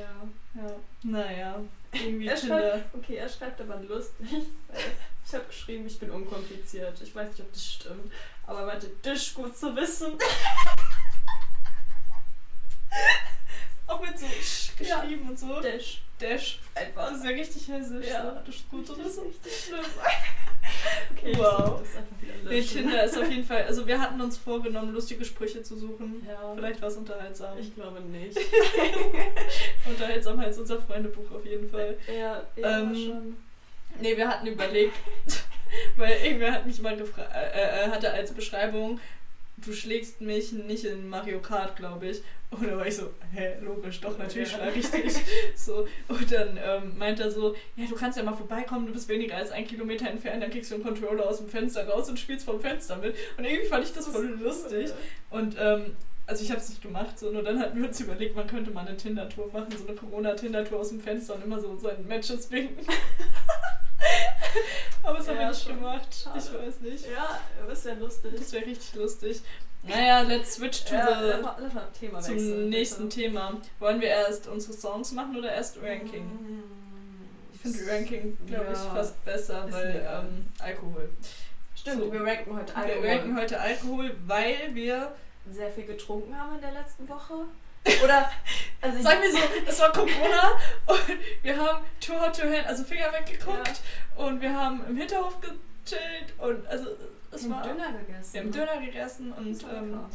Speaker 2: ja. Naja, irgendwie
Speaker 1: Er
Speaker 2: Tinder.
Speaker 1: schreibt, okay, er schreibt aber lustig. weil Ich habe geschrieben, ich bin unkompliziert. Ich weiß nicht, ob das stimmt. Aber er meinte, das ist gut zu wissen.
Speaker 2: Auch mit so Sch
Speaker 1: Ja.
Speaker 2: geschrieben und so.
Speaker 1: Dash.
Speaker 2: Dash.
Speaker 1: Einfach.
Speaker 2: Das ist ja richtig hessisch.
Speaker 1: Ja.
Speaker 2: So. Das ist gut, oder so.
Speaker 1: richtig schlimm. Okay,
Speaker 2: Wow.
Speaker 1: wow. das einfach wieder
Speaker 2: Nee,
Speaker 1: löschen.
Speaker 2: Tinder ist auf jeden Fall. Also, wir hatten uns vorgenommen, lustige Sprüche zu suchen.
Speaker 1: Ja.
Speaker 2: Vielleicht war es unterhaltsam.
Speaker 1: Ich glaube nicht.
Speaker 2: Unterhaltsam heißt unser Freundebuch auf jeden Fall.
Speaker 1: Ja, ja
Speaker 2: Ähm,
Speaker 1: schon.
Speaker 2: Nee, wir hatten überlegt, weil irgendwer hat mich mal gefragt, äh, äh, hatte als Beschreibung, du schlägst mich nicht in Mario Kart, glaube ich. Und da war ich so, hä, logisch, doch, natürlich
Speaker 1: Ja.
Speaker 2: schlage ich dich. So, und dann ähm, meint er so, ja, du kannst ja mal vorbeikommen, du bist weniger als ein Kilometer entfernt, dann kriegst du einen Controller aus dem Fenster raus und spielst vom Fenster mit. Und irgendwie fand ich das voll lustig. Und ähm, also ich habe es nicht gemacht, so, nur dann hatten wir uns überlegt, man könnte mal eine Tinder-Tour machen, so eine Corona-Tinder-Tour aus dem Fenster und immer so seinen Matches winken. Aber das haben wir
Speaker 1: Ja,
Speaker 2: nicht
Speaker 1: schon.
Speaker 2: gemacht.
Speaker 1: Schade.
Speaker 2: Ich weiß nicht.
Speaker 1: Ja, das wäre lustig.
Speaker 2: Das wäre richtig lustig. Naja, let's switch to
Speaker 1: ja,
Speaker 2: the,
Speaker 1: lass mal- lass mal Thema
Speaker 2: zum
Speaker 1: wechseln,
Speaker 2: nächsten
Speaker 1: bitte.
Speaker 2: Thema. Wollen wir erst unsere Songs machen oder erst Ranking?
Speaker 1: Mm.
Speaker 2: Ich finde Ranking, glaube ich,
Speaker 1: Mhm. Ja.
Speaker 2: fast besser,
Speaker 1: Ist
Speaker 2: weil
Speaker 1: egal.
Speaker 2: ähm, Alkohol.
Speaker 1: Stimmt,
Speaker 2: so.
Speaker 1: wir ranken heute Alkohol.
Speaker 2: Wir ranken heute Alkohol, weil wir
Speaker 1: sehr viel getrunken haben in der letzten Woche. Oder, also ich,
Speaker 2: Sagen wir so, es war Corona und wir haben Too Hot to Hand, also Finger weggeguckt und wir haben im Hinterhof gechillt und also es
Speaker 1: wir
Speaker 2: war.
Speaker 1: haben Döner gegessen.
Speaker 2: Wir haben Döner gegessen und
Speaker 1: Das war
Speaker 2: ähm,
Speaker 1: lecker.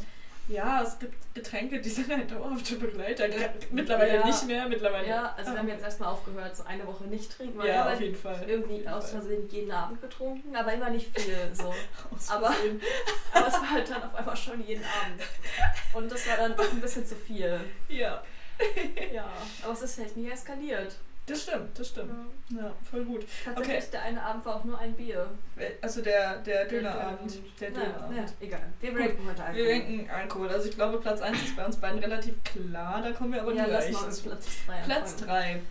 Speaker 2: Ja, es gibt Getränke, die sind ein dauerhafter Begleiter. Ge- Mittlerweile
Speaker 1: Ja.
Speaker 2: nicht mehr, mittlerweile.
Speaker 1: Ja, also wir haben
Speaker 2: Ah.
Speaker 1: jetzt erstmal aufgehört, so eine Woche nicht trinken, weil wir halt
Speaker 2: ja, auf
Speaker 1: haben
Speaker 2: jeden Fall. auf
Speaker 1: irgendwie
Speaker 2: jeden
Speaker 1: aus
Speaker 2: Fall.
Speaker 1: Versehen jeden Abend getrunken, aber immer nicht viel. So.
Speaker 2: Aus
Speaker 1: aber-
Speaker 2: Versehen.
Speaker 1: Aber es war halt dann auf einmal schon jeden Abend. Und das war dann doch ein bisschen zu viel.
Speaker 2: Ja,
Speaker 1: Ja. Aber es ist halt nie eskaliert.
Speaker 2: das stimmt, das stimmt. Ja, voll gut.
Speaker 1: Tatsächlich, der eine Abend war auch nur ein Bier.
Speaker 2: Also der,
Speaker 1: Der
Speaker 2: der Dönerabend. Der
Speaker 1: Naja,
Speaker 2: Dönerabend.
Speaker 1: naja, egal. Wir
Speaker 2: Gut,
Speaker 1: ranken heute
Speaker 2: Wir
Speaker 1: Alkohol.
Speaker 2: denken Alkohol. Also ich glaube, Platz 1 ist bei uns beiden relativ klar. Da kommen wir aber
Speaker 1: ja, lass
Speaker 2: gleich
Speaker 1: mal uns
Speaker 2: zu.
Speaker 1: Platz 3
Speaker 2: Platz 3.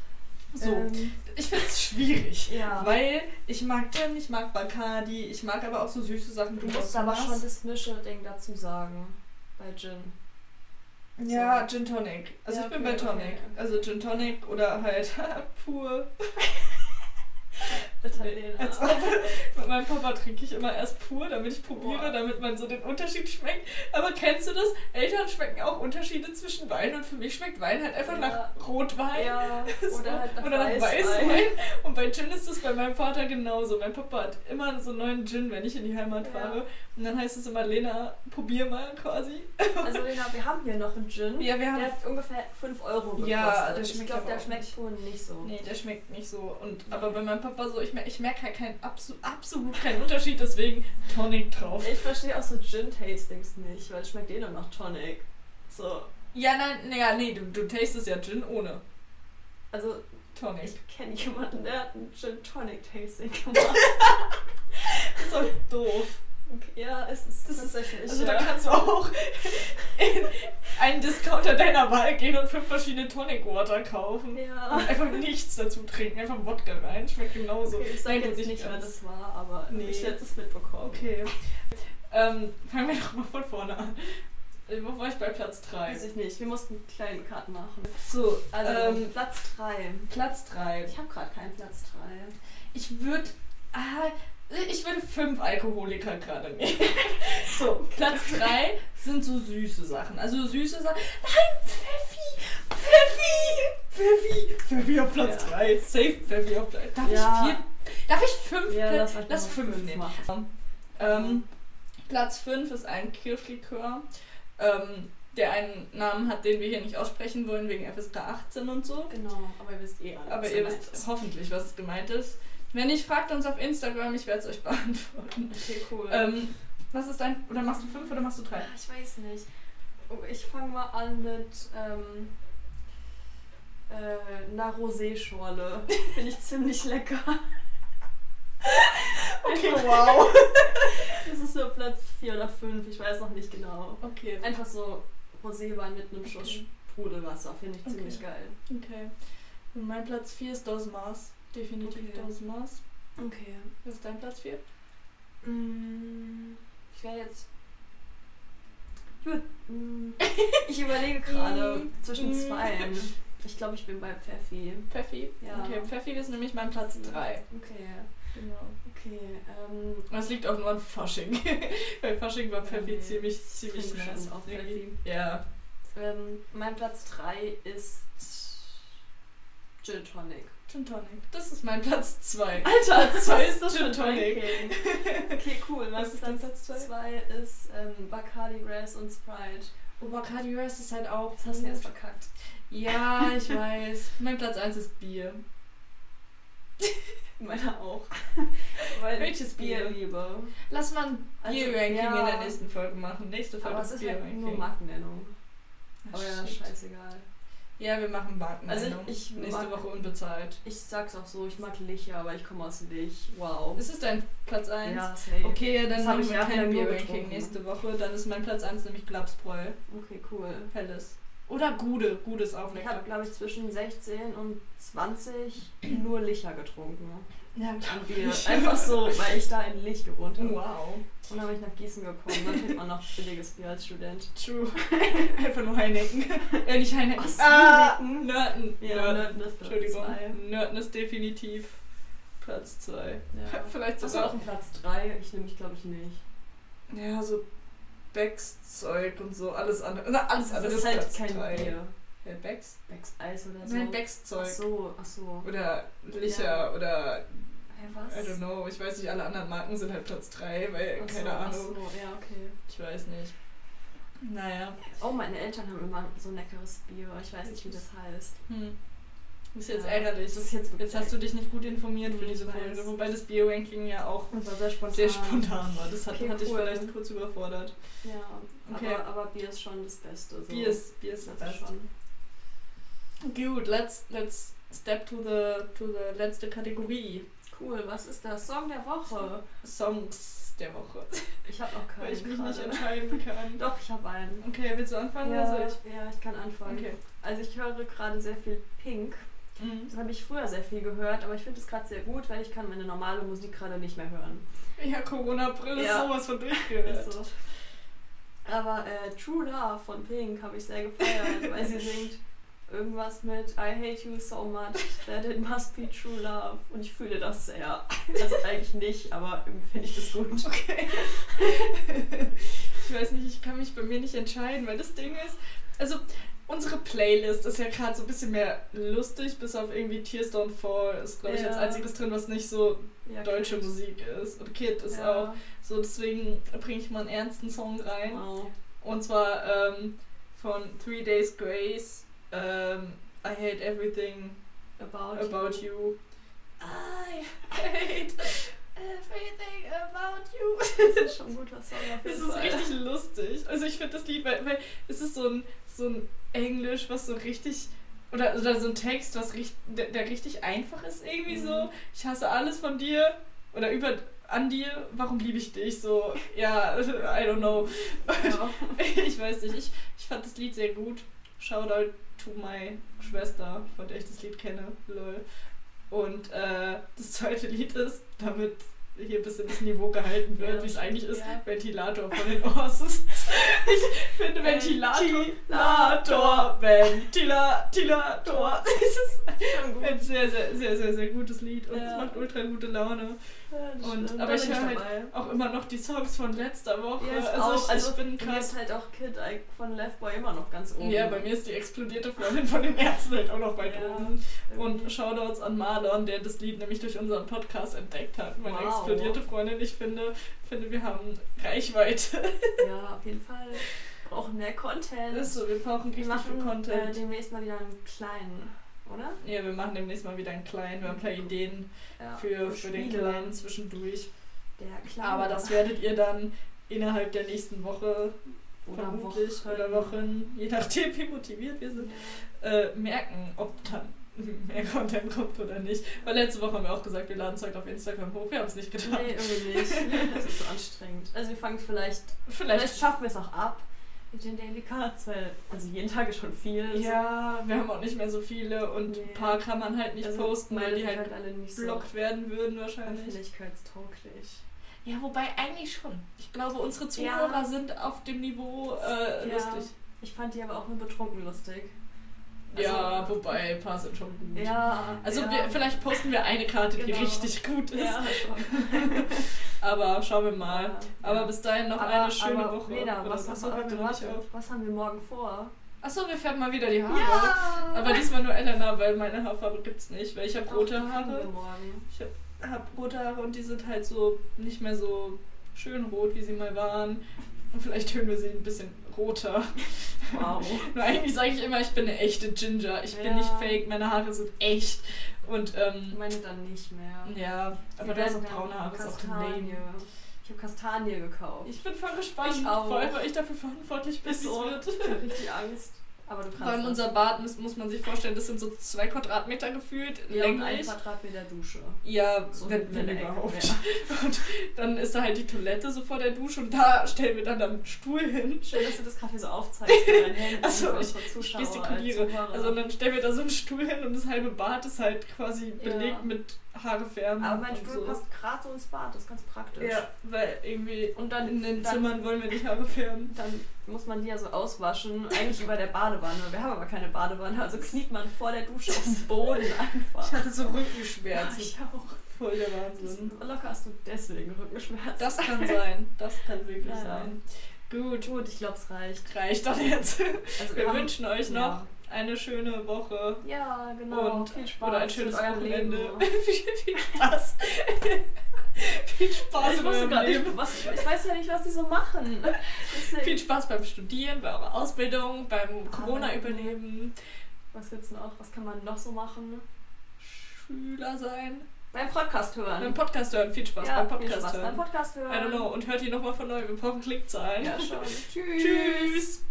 Speaker 2: So,
Speaker 1: Ähm,
Speaker 2: ich finde es schwierig.
Speaker 1: ja.
Speaker 2: Weil ich mag Gin, ich mag Bacardi, ich mag aber auch so süße Sachen.
Speaker 1: du musst aber schon das Mische-Ding dazu sagen. Bei Gin.
Speaker 2: Ja, Gin Tonic. Also
Speaker 1: Ja,
Speaker 2: ich bin
Speaker 1: okay,
Speaker 2: bei Tonic.
Speaker 1: okay.
Speaker 2: Also Gin Tonic oder halt pur.
Speaker 1: Italiener.
Speaker 2: Als ob, mit meinem Papa trinke ich immer erst pur, damit ich probiere,
Speaker 1: Boah.
Speaker 2: damit man so den Unterschied schmeckt. Aber kennst du das? Eltern schmecken auch Unterschiede zwischen Wein und für mich schmeckt Wein halt
Speaker 1: Ja.
Speaker 2: einfach nach Rotwein.
Speaker 1: Ja,
Speaker 2: So.
Speaker 1: oder halt nach
Speaker 2: Oder nach
Speaker 1: Weißwein.
Speaker 2: Weißwein. Und bei Gin ist das bei meinem Vater genauso. Mein Papa hat immer so einen neuen Gin, wenn ich in die Heimat
Speaker 1: Ja.
Speaker 2: fahre. Und dann heißt es immer, Lena, probier mal quasi.
Speaker 1: Also Lena, wir haben hier noch einen Gin.
Speaker 2: Ja, wir haben-
Speaker 1: Der hat ungefähr 5 Euro gekostet.
Speaker 2: Ja, der
Speaker 1: ich
Speaker 2: schmeckt
Speaker 1: glaube,
Speaker 2: aber
Speaker 1: der
Speaker 2: auch
Speaker 1: schmeckt
Speaker 2: nicht.
Speaker 1: wohl nicht so.
Speaker 2: Nee, der schmeckt nicht so. Und, aber bei meinem Papa so, ich merke ich merk halt keinen, absolut, absolut keinen Unterschied, deswegen Tonic drauf.
Speaker 1: Ich verstehe auch so Gin-Tastings nicht, weil es schmeckt eh nur nach Tonic. So,
Speaker 2: Ja, nein, naja, nee, du, du tastest ja Gin ohne
Speaker 1: also
Speaker 2: Tonic.
Speaker 1: ich kenne jemanden, der hat ein Gin-Tonic-Tasting gemacht.
Speaker 2: Das ist doch doof.
Speaker 1: Okay, ja, es ist
Speaker 2: Das ist-
Speaker 1: tatsächlich.
Speaker 2: Also da
Speaker 1: ja.
Speaker 2: kannst du auch in einen Discounter deiner Wahl gehen und fünf verschiedene Tonic Water kaufen.
Speaker 1: ja.
Speaker 2: Und einfach nichts dazu trinken, einfach Wodka rein, schmeckt genauso.
Speaker 1: Okay, ich sage
Speaker 2: Nein, gut,
Speaker 1: jetzt nicht, wer
Speaker 2: ganz.
Speaker 1: das war, aber
Speaker 2: Nee.
Speaker 1: ich hätte es mitbekommen.
Speaker 2: Okay. Ähm, fangen wir doch mal von vorne an. Äh, Wo war ich bei Platz 3?
Speaker 1: Weiß ich nicht, wir mussten einen kleinen Cut machen.
Speaker 2: Also, So,
Speaker 1: Also
Speaker 2: ähm,
Speaker 1: Platz 3.
Speaker 2: Platz 3.
Speaker 1: Ich habe gerade keinen Platz 3.
Speaker 2: Ich würde. Ah, ich würde fünf Alkoholiker gerade nehmen. So, Platz drei sind so süße Sachen. Also süße Sachen. Nein, Pfeffi! Pfeffi! Pfeffi! Pfeffi auf Platz
Speaker 1: Ja.
Speaker 2: drei. Safe Pfeffi auf Platz Darf
Speaker 1: Ja.
Speaker 2: ich vier? Darf ich fünf?
Speaker 1: Ja,
Speaker 2: Pla-
Speaker 1: lass einfach mal
Speaker 2: halt fünf
Speaker 1: fünf
Speaker 2: nehmen.
Speaker 1: machen.
Speaker 2: Ähm, Platz fünf ist ein Kirschlikör, ähm, der einen Namen hat, den wir hier nicht aussprechen wollen, wegen FSK 18 und so.
Speaker 1: Genau, aber ihr wisst eh alles.
Speaker 2: Aber ihr wisst hoffentlich, was gemeint ist. Wenn nicht, fragt uns auf Instagram, ich werde es euch beantworten.
Speaker 1: Okay, cool.
Speaker 2: Ähm, was ist dein. Oder machst du fünf oder machst du drei?
Speaker 1: Ah, Ich weiß nicht. Oh, Ich fange mal an mit ähm, äh, einer Rosé-Schorle. Finde ich ziemlich lecker. Einfach-
Speaker 2: wow.
Speaker 1: Das ist so Platz 4 oder 5, ich weiß noch nicht genau.
Speaker 2: Okay.
Speaker 1: Einfach so Roséwein mit einem Schuss
Speaker 2: Okay.
Speaker 1: Sprudelwasser, finde ich ziemlich
Speaker 2: Okay.
Speaker 1: geil.
Speaker 2: okay. Und mein Platz 4 ist Dos Mars. Definitiv
Speaker 1: Okay.
Speaker 2: Dos Mars.
Speaker 1: Okay.
Speaker 2: Was ist dein Platz 4?
Speaker 1: Mm, Ich wäre jetzt. Gut. mm, Ich überlege gerade
Speaker 2: Mm.
Speaker 1: zwischen
Speaker 2: Mm.
Speaker 1: zwei. Ich glaube, ich bin bei Pfeffi.
Speaker 2: Pfeffi.
Speaker 1: Ja.
Speaker 2: Okay, Pfeffi ist nämlich mein Platz 3.
Speaker 1: Okay.
Speaker 2: Genau.
Speaker 1: Okay. Ähm,
Speaker 2: Und das liegt auch nur an Fasching. Weil Fasching war Pfeffi
Speaker 1: Nee,
Speaker 2: ziemlich, ziemlich
Speaker 1: trinke schon
Speaker 2: nice.
Speaker 1: auf
Speaker 2: irgendwie.
Speaker 1: Pfeffi.
Speaker 2: Ja.
Speaker 1: Ähm, mein Platz 3 ist Gin Tonic.
Speaker 2: Gin Tonic. Das ist mein Platz 2.
Speaker 1: Alter,
Speaker 2: was ist das für ein
Speaker 1: Okay, cool.
Speaker 2: Was
Speaker 1: Was
Speaker 2: ist dein
Speaker 1: Platz
Speaker 2: Platz zwei?
Speaker 1: 2 ist ähm, Bacardi Res und Sprite.
Speaker 2: Oh, Bacardi Rice ist halt auch.
Speaker 1: Das hast du jetzt verkackt.
Speaker 2: Ja, ich weiß. mein Platz 1 ist Bier.
Speaker 1: Meiner auch. Weil
Speaker 2: Welches
Speaker 1: ich Bier
Speaker 2: Bier?
Speaker 1: liebe.
Speaker 2: Lass mal ein
Speaker 1: Also,
Speaker 2: Bier-Ranking
Speaker 1: ja.
Speaker 2: in der nächsten Folge machen. Nächste Folge
Speaker 1: Aber es
Speaker 2: ist
Speaker 1: ist halt nur
Speaker 2: Bier-Ranking. Oh
Speaker 1: Markennennung.
Speaker 2: Ach,
Speaker 1: Aber ja,
Speaker 2: shit.
Speaker 1: scheißegal.
Speaker 2: Ja, wir machen Marken.
Speaker 1: Also ich- ich
Speaker 2: nächste
Speaker 1: mag-
Speaker 2: Woche unbezahlt.
Speaker 1: Ich sag's auch so, ich mag Lich, aber ich komme aus Lich. Wow.
Speaker 2: Ist es dein Platz 1?
Speaker 1: Ja, safe.
Speaker 2: Okay, Oh. ja, dann
Speaker 1: Das hab
Speaker 2: haben
Speaker 1: ich
Speaker 2: wir
Speaker 1: jahrelang
Speaker 2: kein
Speaker 1: nur
Speaker 2: Bier-Ranking
Speaker 1: getrunken.
Speaker 2: nächste Woche. Dann ist mein Platz 1 nämlich Glapsbräu.
Speaker 1: Okay, cool.
Speaker 2: Helles. Oder Gude. Gude ist auch
Speaker 1: Ich
Speaker 2: lecker.
Speaker 1: habe, glaube ich, zwischen 16 und 20 nur Licher getrunken.
Speaker 2: Ja,
Speaker 1: An Bier. Einfach so, weil ich da in Lich gewohnt habe.
Speaker 2: Wow.
Speaker 1: Und dann bin ich nach Gießen gekommen. Dann trinkt man noch billiges Bier als Student.
Speaker 2: True. Einfach nur Heineken. äh, nicht Heineken.
Speaker 1: Was?
Speaker 2: Ah,
Speaker 1: Heineken?
Speaker 2: Nörten.
Speaker 1: Ja,
Speaker 2: Nörten.
Speaker 1: Nörden ist Platz
Speaker 2: Entschuldigung.
Speaker 1: zwei.
Speaker 2: Nörten ist definitiv Platz 2.
Speaker 1: Ja. Also
Speaker 2: Vielleicht
Speaker 1: Hast du
Speaker 2: sogar-
Speaker 1: auch einen Platz 3? Ich nehme mich, glaube ich, nicht.
Speaker 2: Ja, so Becks-Zeug und so, alles andere. Na, alles
Speaker 1: Das
Speaker 2: andere
Speaker 1: ist halt
Speaker 2: Also Platz
Speaker 1: kein
Speaker 2: drei.
Speaker 1: Bier.
Speaker 2: Ja, Becks?
Speaker 1: Becks Eis oder so.
Speaker 2: Nein,
Speaker 1: Ach
Speaker 2: Becks-Zeug.
Speaker 1: so, ach so.
Speaker 2: Oder Licher
Speaker 1: Ja.
Speaker 2: oder
Speaker 1: Hä, was?
Speaker 2: I don't know, ich weiß nicht, alle anderen Marken sind halt Platz 3, weil
Speaker 1: Ach so,
Speaker 2: keine
Speaker 1: ach
Speaker 2: Ahnung,
Speaker 1: so, ja, okay.
Speaker 2: ich weiß nicht. Naja.
Speaker 1: Oh, meine Eltern haben immer so ein leckeres Bier. Ich weiß nicht, wie das heißt.
Speaker 2: Hm. Ist jetzt
Speaker 1: Ja,
Speaker 2: ärgerlich.
Speaker 1: das ist jetzt wirklich
Speaker 2: jetzt hast du dich nicht gut informiert für
Speaker 1: Ich
Speaker 2: diese
Speaker 1: weiß.
Speaker 2: Folge, wobei das Bio-Ranking ja auch
Speaker 1: Und war sehr spontan.
Speaker 2: sehr spontan war. Das hat,
Speaker 1: Okay,
Speaker 2: hat dich
Speaker 1: cool.
Speaker 2: vielleicht kurz überfordert.
Speaker 1: Ja,
Speaker 2: Okay.
Speaker 1: aber, aber Bier ist schon das Beste. So.
Speaker 2: Bier ist, Bier
Speaker 1: das
Speaker 2: ist das Beste.
Speaker 1: schon.
Speaker 2: Gut, let's, let's step to the, to the letzte Kategorie.
Speaker 1: Cool, was ist das? Song der Woche.
Speaker 2: Songs der Woche.
Speaker 1: Ich habe noch keinen.
Speaker 2: Weil ich mich
Speaker 1: gerade.
Speaker 2: nicht entscheiden kann.
Speaker 1: Doch, ich habe einen.
Speaker 2: Okay, willst du anfangen?
Speaker 1: Ja,
Speaker 2: Also
Speaker 1: ja, ich kann
Speaker 2: ich.
Speaker 1: anfangen.
Speaker 2: Okay.
Speaker 1: Also ich höre gerade sehr viel Pink.
Speaker 2: Mhm.
Speaker 1: Das habe ich früher sehr viel gehört, aber ich finde es gerade sehr gut, weil ich kann meine normale Musik gerade nicht mehr hören.
Speaker 2: Ja, Corona-Brille ist
Speaker 1: Ja.
Speaker 2: sowas von durchgehört.
Speaker 1: Ist so. Aber äh, True Love von Pink habe ich sehr gefeiert, weil sie singt irgendwas mit I hate you so much that it must be true love. Und ich fühle das sehr. Also eigentlich nicht, aber irgendwie finde ich das gut.
Speaker 2: Okay. ich weiß nicht, ich kann mich bei mir nicht entscheiden, weil das Ding ist, also unsere Playlist ist ja gerade so ein bisschen mehr lustig, bis auf irgendwie Tears Don't Fall ist, glaube ich,
Speaker 1: Ja.
Speaker 2: als einziges drin, was nicht so
Speaker 1: Ja,
Speaker 2: deutsche
Speaker 1: Kid.
Speaker 2: Musik ist. Und Kid ist
Speaker 1: Ja.
Speaker 2: auch. So, deswegen bringe ich mal einen ernsten Song rein.
Speaker 1: Wow.
Speaker 2: Und zwar ähm, von Three Days Grace, ähm, I Hate Everything
Speaker 1: About,
Speaker 2: About You. I hate everything about you.
Speaker 1: Das ist schon ein guter Song auf
Speaker 2: Es
Speaker 1: jeden
Speaker 2: ist
Speaker 1: Fall.
Speaker 2: richtig lustig. Also ich finde das Lied, weil, weil es ist so ein, so ein Englisch, was so richtig. Oder, oder so ein Text, was richt, der, der richtig einfach ist, irgendwie so.
Speaker 1: Mhm.
Speaker 2: Ich hasse alles von dir. Oder über an dir, warum liebe ich dich? So, ja, I don't know.
Speaker 1: Ja.
Speaker 2: Ich weiß nicht. Ich, ich fand das Lied sehr gut. Shoutout to my Schwester, von der ich das Lied kenne. Lol. Und äh, das zweite Lied ist, damit hier ein bisschen das Niveau gehalten wird,
Speaker 1: Ja.
Speaker 2: wie es eigentlich ist,
Speaker 1: Ja.
Speaker 2: Ventilator von den Orsons. Ich finde Ventilator, Ventilator, Ventilator. Es ist
Speaker 1: Schon gut.
Speaker 2: ein sehr, sehr, sehr, sehr, sehr gutes Lied und
Speaker 1: Ja.
Speaker 2: es macht ultra gute Laune.
Speaker 1: Ja, das
Speaker 2: Und-
Speaker 1: stimmt.
Speaker 2: aber
Speaker 1: Da
Speaker 2: ich
Speaker 1: bin
Speaker 2: höre halt
Speaker 1: dabei.
Speaker 2: Auch immer noch die Songs von letzter Woche.
Speaker 1: Ja, ich
Speaker 2: also,
Speaker 1: auch.
Speaker 2: ich,
Speaker 1: also
Speaker 2: ich bin
Speaker 1: Mir
Speaker 2: krass.
Speaker 1: ist halt auch Kid Ike von Leftboy immer noch ganz oben.
Speaker 2: Ja, bei mir ist die explodierte Freundin von den Ärzten halt auch noch weit
Speaker 1: Ja.
Speaker 2: oben. Und
Speaker 1: Irgendwie.
Speaker 2: Shoutouts an Marlon, der das Lied nämlich durch unseren Podcast entdeckt hat. Meine
Speaker 1: Wow.
Speaker 2: explodierte Freundin, ich finde, finde, wir haben Reichweite.
Speaker 1: Ja, auf jeden Fall. Wir brauchen mehr Content.
Speaker 2: Das ist so, wir brauchen
Speaker 1: wir
Speaker 2: richtig
Speaker 1: machen
Speaker 2: viel Content.
Speaker 1: Äh, demnächst mal wieder einen kleinen, oder?
Speaker 2: Ja, wir machen demnächst mal wieder einen kleinen. Wir haben ein paar Ideen
Speaker 1: Ja,
Speaker 2: für, für den
Speaker 1: Spiele.
Speaker 2: kleinen zwischendurch.
Speaker 1: Der kleine.
Speaker 2: Aber das werdet ihr dann innerhalb der nächsten Woche
Speaker 1: Oder
Speaker 2: vermutlich
Speaker 1: Wochen.
Speaker 2: oder Wochen, je nachdem wie motiviert wir
Speaker 1: Ja.
Speaker 2: sind, äh, merken, ob dann mehr Content kommt oder nicht. Weil letzte Woche haben wir auch gesagt, wir laden Zeug auf Instagram hoch. Wir haben es nicht getan.
Speaker 1: Nee, irgendwie nicht. Das ist so anstrengend. Also wir fangen vielleicht, vielleicht,
Speaker 2: Vielleicht.
Speaker 1: schaffen wir es auch ab mit den Daily Cards, weil also jeden Tag ist schon viel. Also
Speaker 2: Ja, wir haben auch nicht mehr so viele und
Speaker 1: Nee.
Speaker 2: ein paar kann man halt nicht
Speaker 1: Also
Speaker 2: posten, weil
Speaker 1: meine
Speaker 2: die
Speaker 1: sind
Speaker 2: halt
Speaker 1: halt alle nicht so
Speaker 2: blockt werden würden wahrscheinlich.
Speaker 1: öffentlichkeitstauglich.
Speaker 2: Ja, wobei eigentlich schon. Ich glaube, unsere
Speaker 1: Ja.
Speaker 2: Zuhörer sind auf dem Niveau äh,
Speaker 1: Ja.
Speaker 2: lustig.
Speaker 1: Ich fand die aber auch nur betrunken lustig.
Speaker 2: ja,
Speaker 1: Also-
Speaker 2: wobei ein paar sind schon gut.
Speaker 1: Ja.
Speaker 2: Also
Speaker 1: ja.
Speaker 2: Wir, vielleicht posten wir eine Karte, die
Speaker 1: Genau.
Speaker 2: richtig gut ist.
Speaker 1: Ja, schon.
Speaker 2: Aber schauen wir mal.
Speaker 1: Ja.
Speaker 2: Aber bis dahin noch eine schöne
Speaker 1: aber
Speaker 2: Woche.
Speaker 1: Lena,
Speaker 2: Oder
Speaker 1: was,
Speaker 2: so,
Speaker 1: was,
Speaker 2: hört
Speaker 1: warte,
Speaker 2: noch nicht
Speaker 1: warte,
Speaker 2: auf.
Speaker 1: was haben wir morgen vor?
Speaker 2: Achso, wir färben mal wieder die Haare.
Speaker 1: Ja!
Speaker 2: Aber diesmal nur Elena, weil meine Haarfarbe gibt's nicht. Weil ich habe
Speaker 1: Doch,
Speaker 2: rote
Speaker 1: die kriegen wir
Speaker 2: Haare.
Speaker 1: Morgen.
Speaker 2: Ich habe hab rote Haare und die sind halt so nicht mehr so schön rot, wie sie mal waren. Und vielleicht hören wir sie ein bisschen roter.
Speaker 1: Wow.
Speaker 2: Nur eigentlich sage ich immer, ich bin eine echte Ginger. Ich
Speaker 1: Ja.
Speaker 2: bin nicht fake, meine Haare sind echt. Und ähm,
Speaker 1: Meine dann nicht mehr.
Speaker 2: ja, aber
Speaker 1: Die
Speaker 2: du hast auch
Speaker 1: werden
Speaker 2: braune
Speaker 1: dann
Speaker 2: Haare, ist auch
Speaker 1: Kastanie.
Speaker 2: lame.
Speaker 1: Ich habe Kastanie gekauft.
Speaker 2: Ich bin voll gespannt,
Speaker 1: Ich auch.
Speaker 2: vor allem, weil ich dafür verantwortlich bin, wie es wird.
Speaker 1: Ich habe richtig Angst. Aber du kannst.
Speaker 2: Vor allem
Speaker 1: das.
Speaker 2: unser Bad, muss, muss man sich vorstellen, das sind so zwei Quadratmeter gefühlt,
Speaker 1: ja, und ein
Speaker 2: länglich.
Speaker 1: Quadratmeter Dusche.
Speaker 2: Ja,
Speaker 1: So
Speaker 2: wenn,
Speaker 1: eine
Speaker 2: wenn
Speaker 1: Ecke,
Speaker 2: überhaupt.
Speaker 1: ja.
Speaker 2: Und dann ist da halt die Toilette so vor der Dusche und da stellen wir dann einen Stuhl hin.
Speaker 1: Schön, dass du das gerade hier so aufzeigst mit deinen Händen.
Speaker 2: Also,
Speaker 1: für
Speaker 2: ich
Speaker 1: unsere Zuschauer, als
Speaker 2: Gestikuliere.
Speaker 1: Zuhörer.
Speaker 2: Also dann stellen wir da so einen Stuhl hin und das halbe Bad ist halt quasi
Speaker 1: Ja.
Speaker 2: belegt mit Haarefärben.
Speaker 1: aber mein
Speaker 2: und
Speaker 1: Stuhl
Speaker 2: so.
Speaker 1: passt gerade so ins Bad, das ist ganz praktisch.
Speaker 2: Ja, weil irgendwie
Speaker 1: Und dann
Speaker 2: in den
Speaker 1: dann,
Speaker 2: Zimmern wollen wir nicht Haare färben.
Speaker 1: Dann muss man die ja so auswaschen, eigentlich über der Badewanne. Wir haben aber keine Badewanne, also kniet man vor der Dusche auf den Boden
Speaker 2: Ich
Speaker 1: einfach.
Speaker 2: hatte so Rückenschmerzen.
Speaker 1: ich auch.
Speaker 2: Voll der
Speaker 1: Das-
Speaker 2: Wahnsinn.
Speaker 1: Also Locker hast du deswegen Rückenschmerzen.
Speaker 2: Das kann sein. Das kann wirklich
Speaker 1: Ja.
Speaker 2: sein. Gut,
Speaker 1: Gut, ich glaube, es reicht.
Speaker 2: reicht doch jetzt.
Speaker 1: Also
Speaker 2: Wir
Speaker 1: haben-
Speaker 2: wünschen euch noch
Speaker 1: Ja.
Speaker 2: eine schöne Woche.
Speaker 1: Ja, genau.
Speaker 2: und
Speaker 1: viel Spaß. Oh,
Speaker 2: oder ein schönes
Speaker 1: mit eurem
Speaker 2: Wochenende.
Speaker 1: Leben.
Speaker 2: viel, viel Spaß. Viel Spaß
Speaker 1: ich,
Speaker 2: in
Speaker 1: wusste
Speaker 2: eurem
Speaker 1: grad
Speaker 2: Leben.
Speaker 1: nicht, was, ich weiß ja nicht, was die so machen.
Speaker 2: Viel
Speaker 1: Deswegen,
Speaker 2: Spaß beim Studieren, bei eurer Ausbildung, beim Corona-Überleben,
Speaker 1: was gibt's noch? Was kann man noch so machen?
Speaker 2: Schüler sein,
Speaker 1: Beim Podcast hören.
Speaker 2: beim Podcast hören. Viel Spaß
Speaker 1: ja,
Speaker 2: beim
Speaker 1: viel
Speaker 2: Podcast
Speaker 1: Spaß beim
Speaker 2: hören.
Speaker 1: Podcast hören.
Speaker 2: I don't know. Und hört ihr nochmal von neu. Wir brauchen Klickzahlen.
Speaker 1: Ja, schon. Tschüss.
Speaker 2: Tschüss.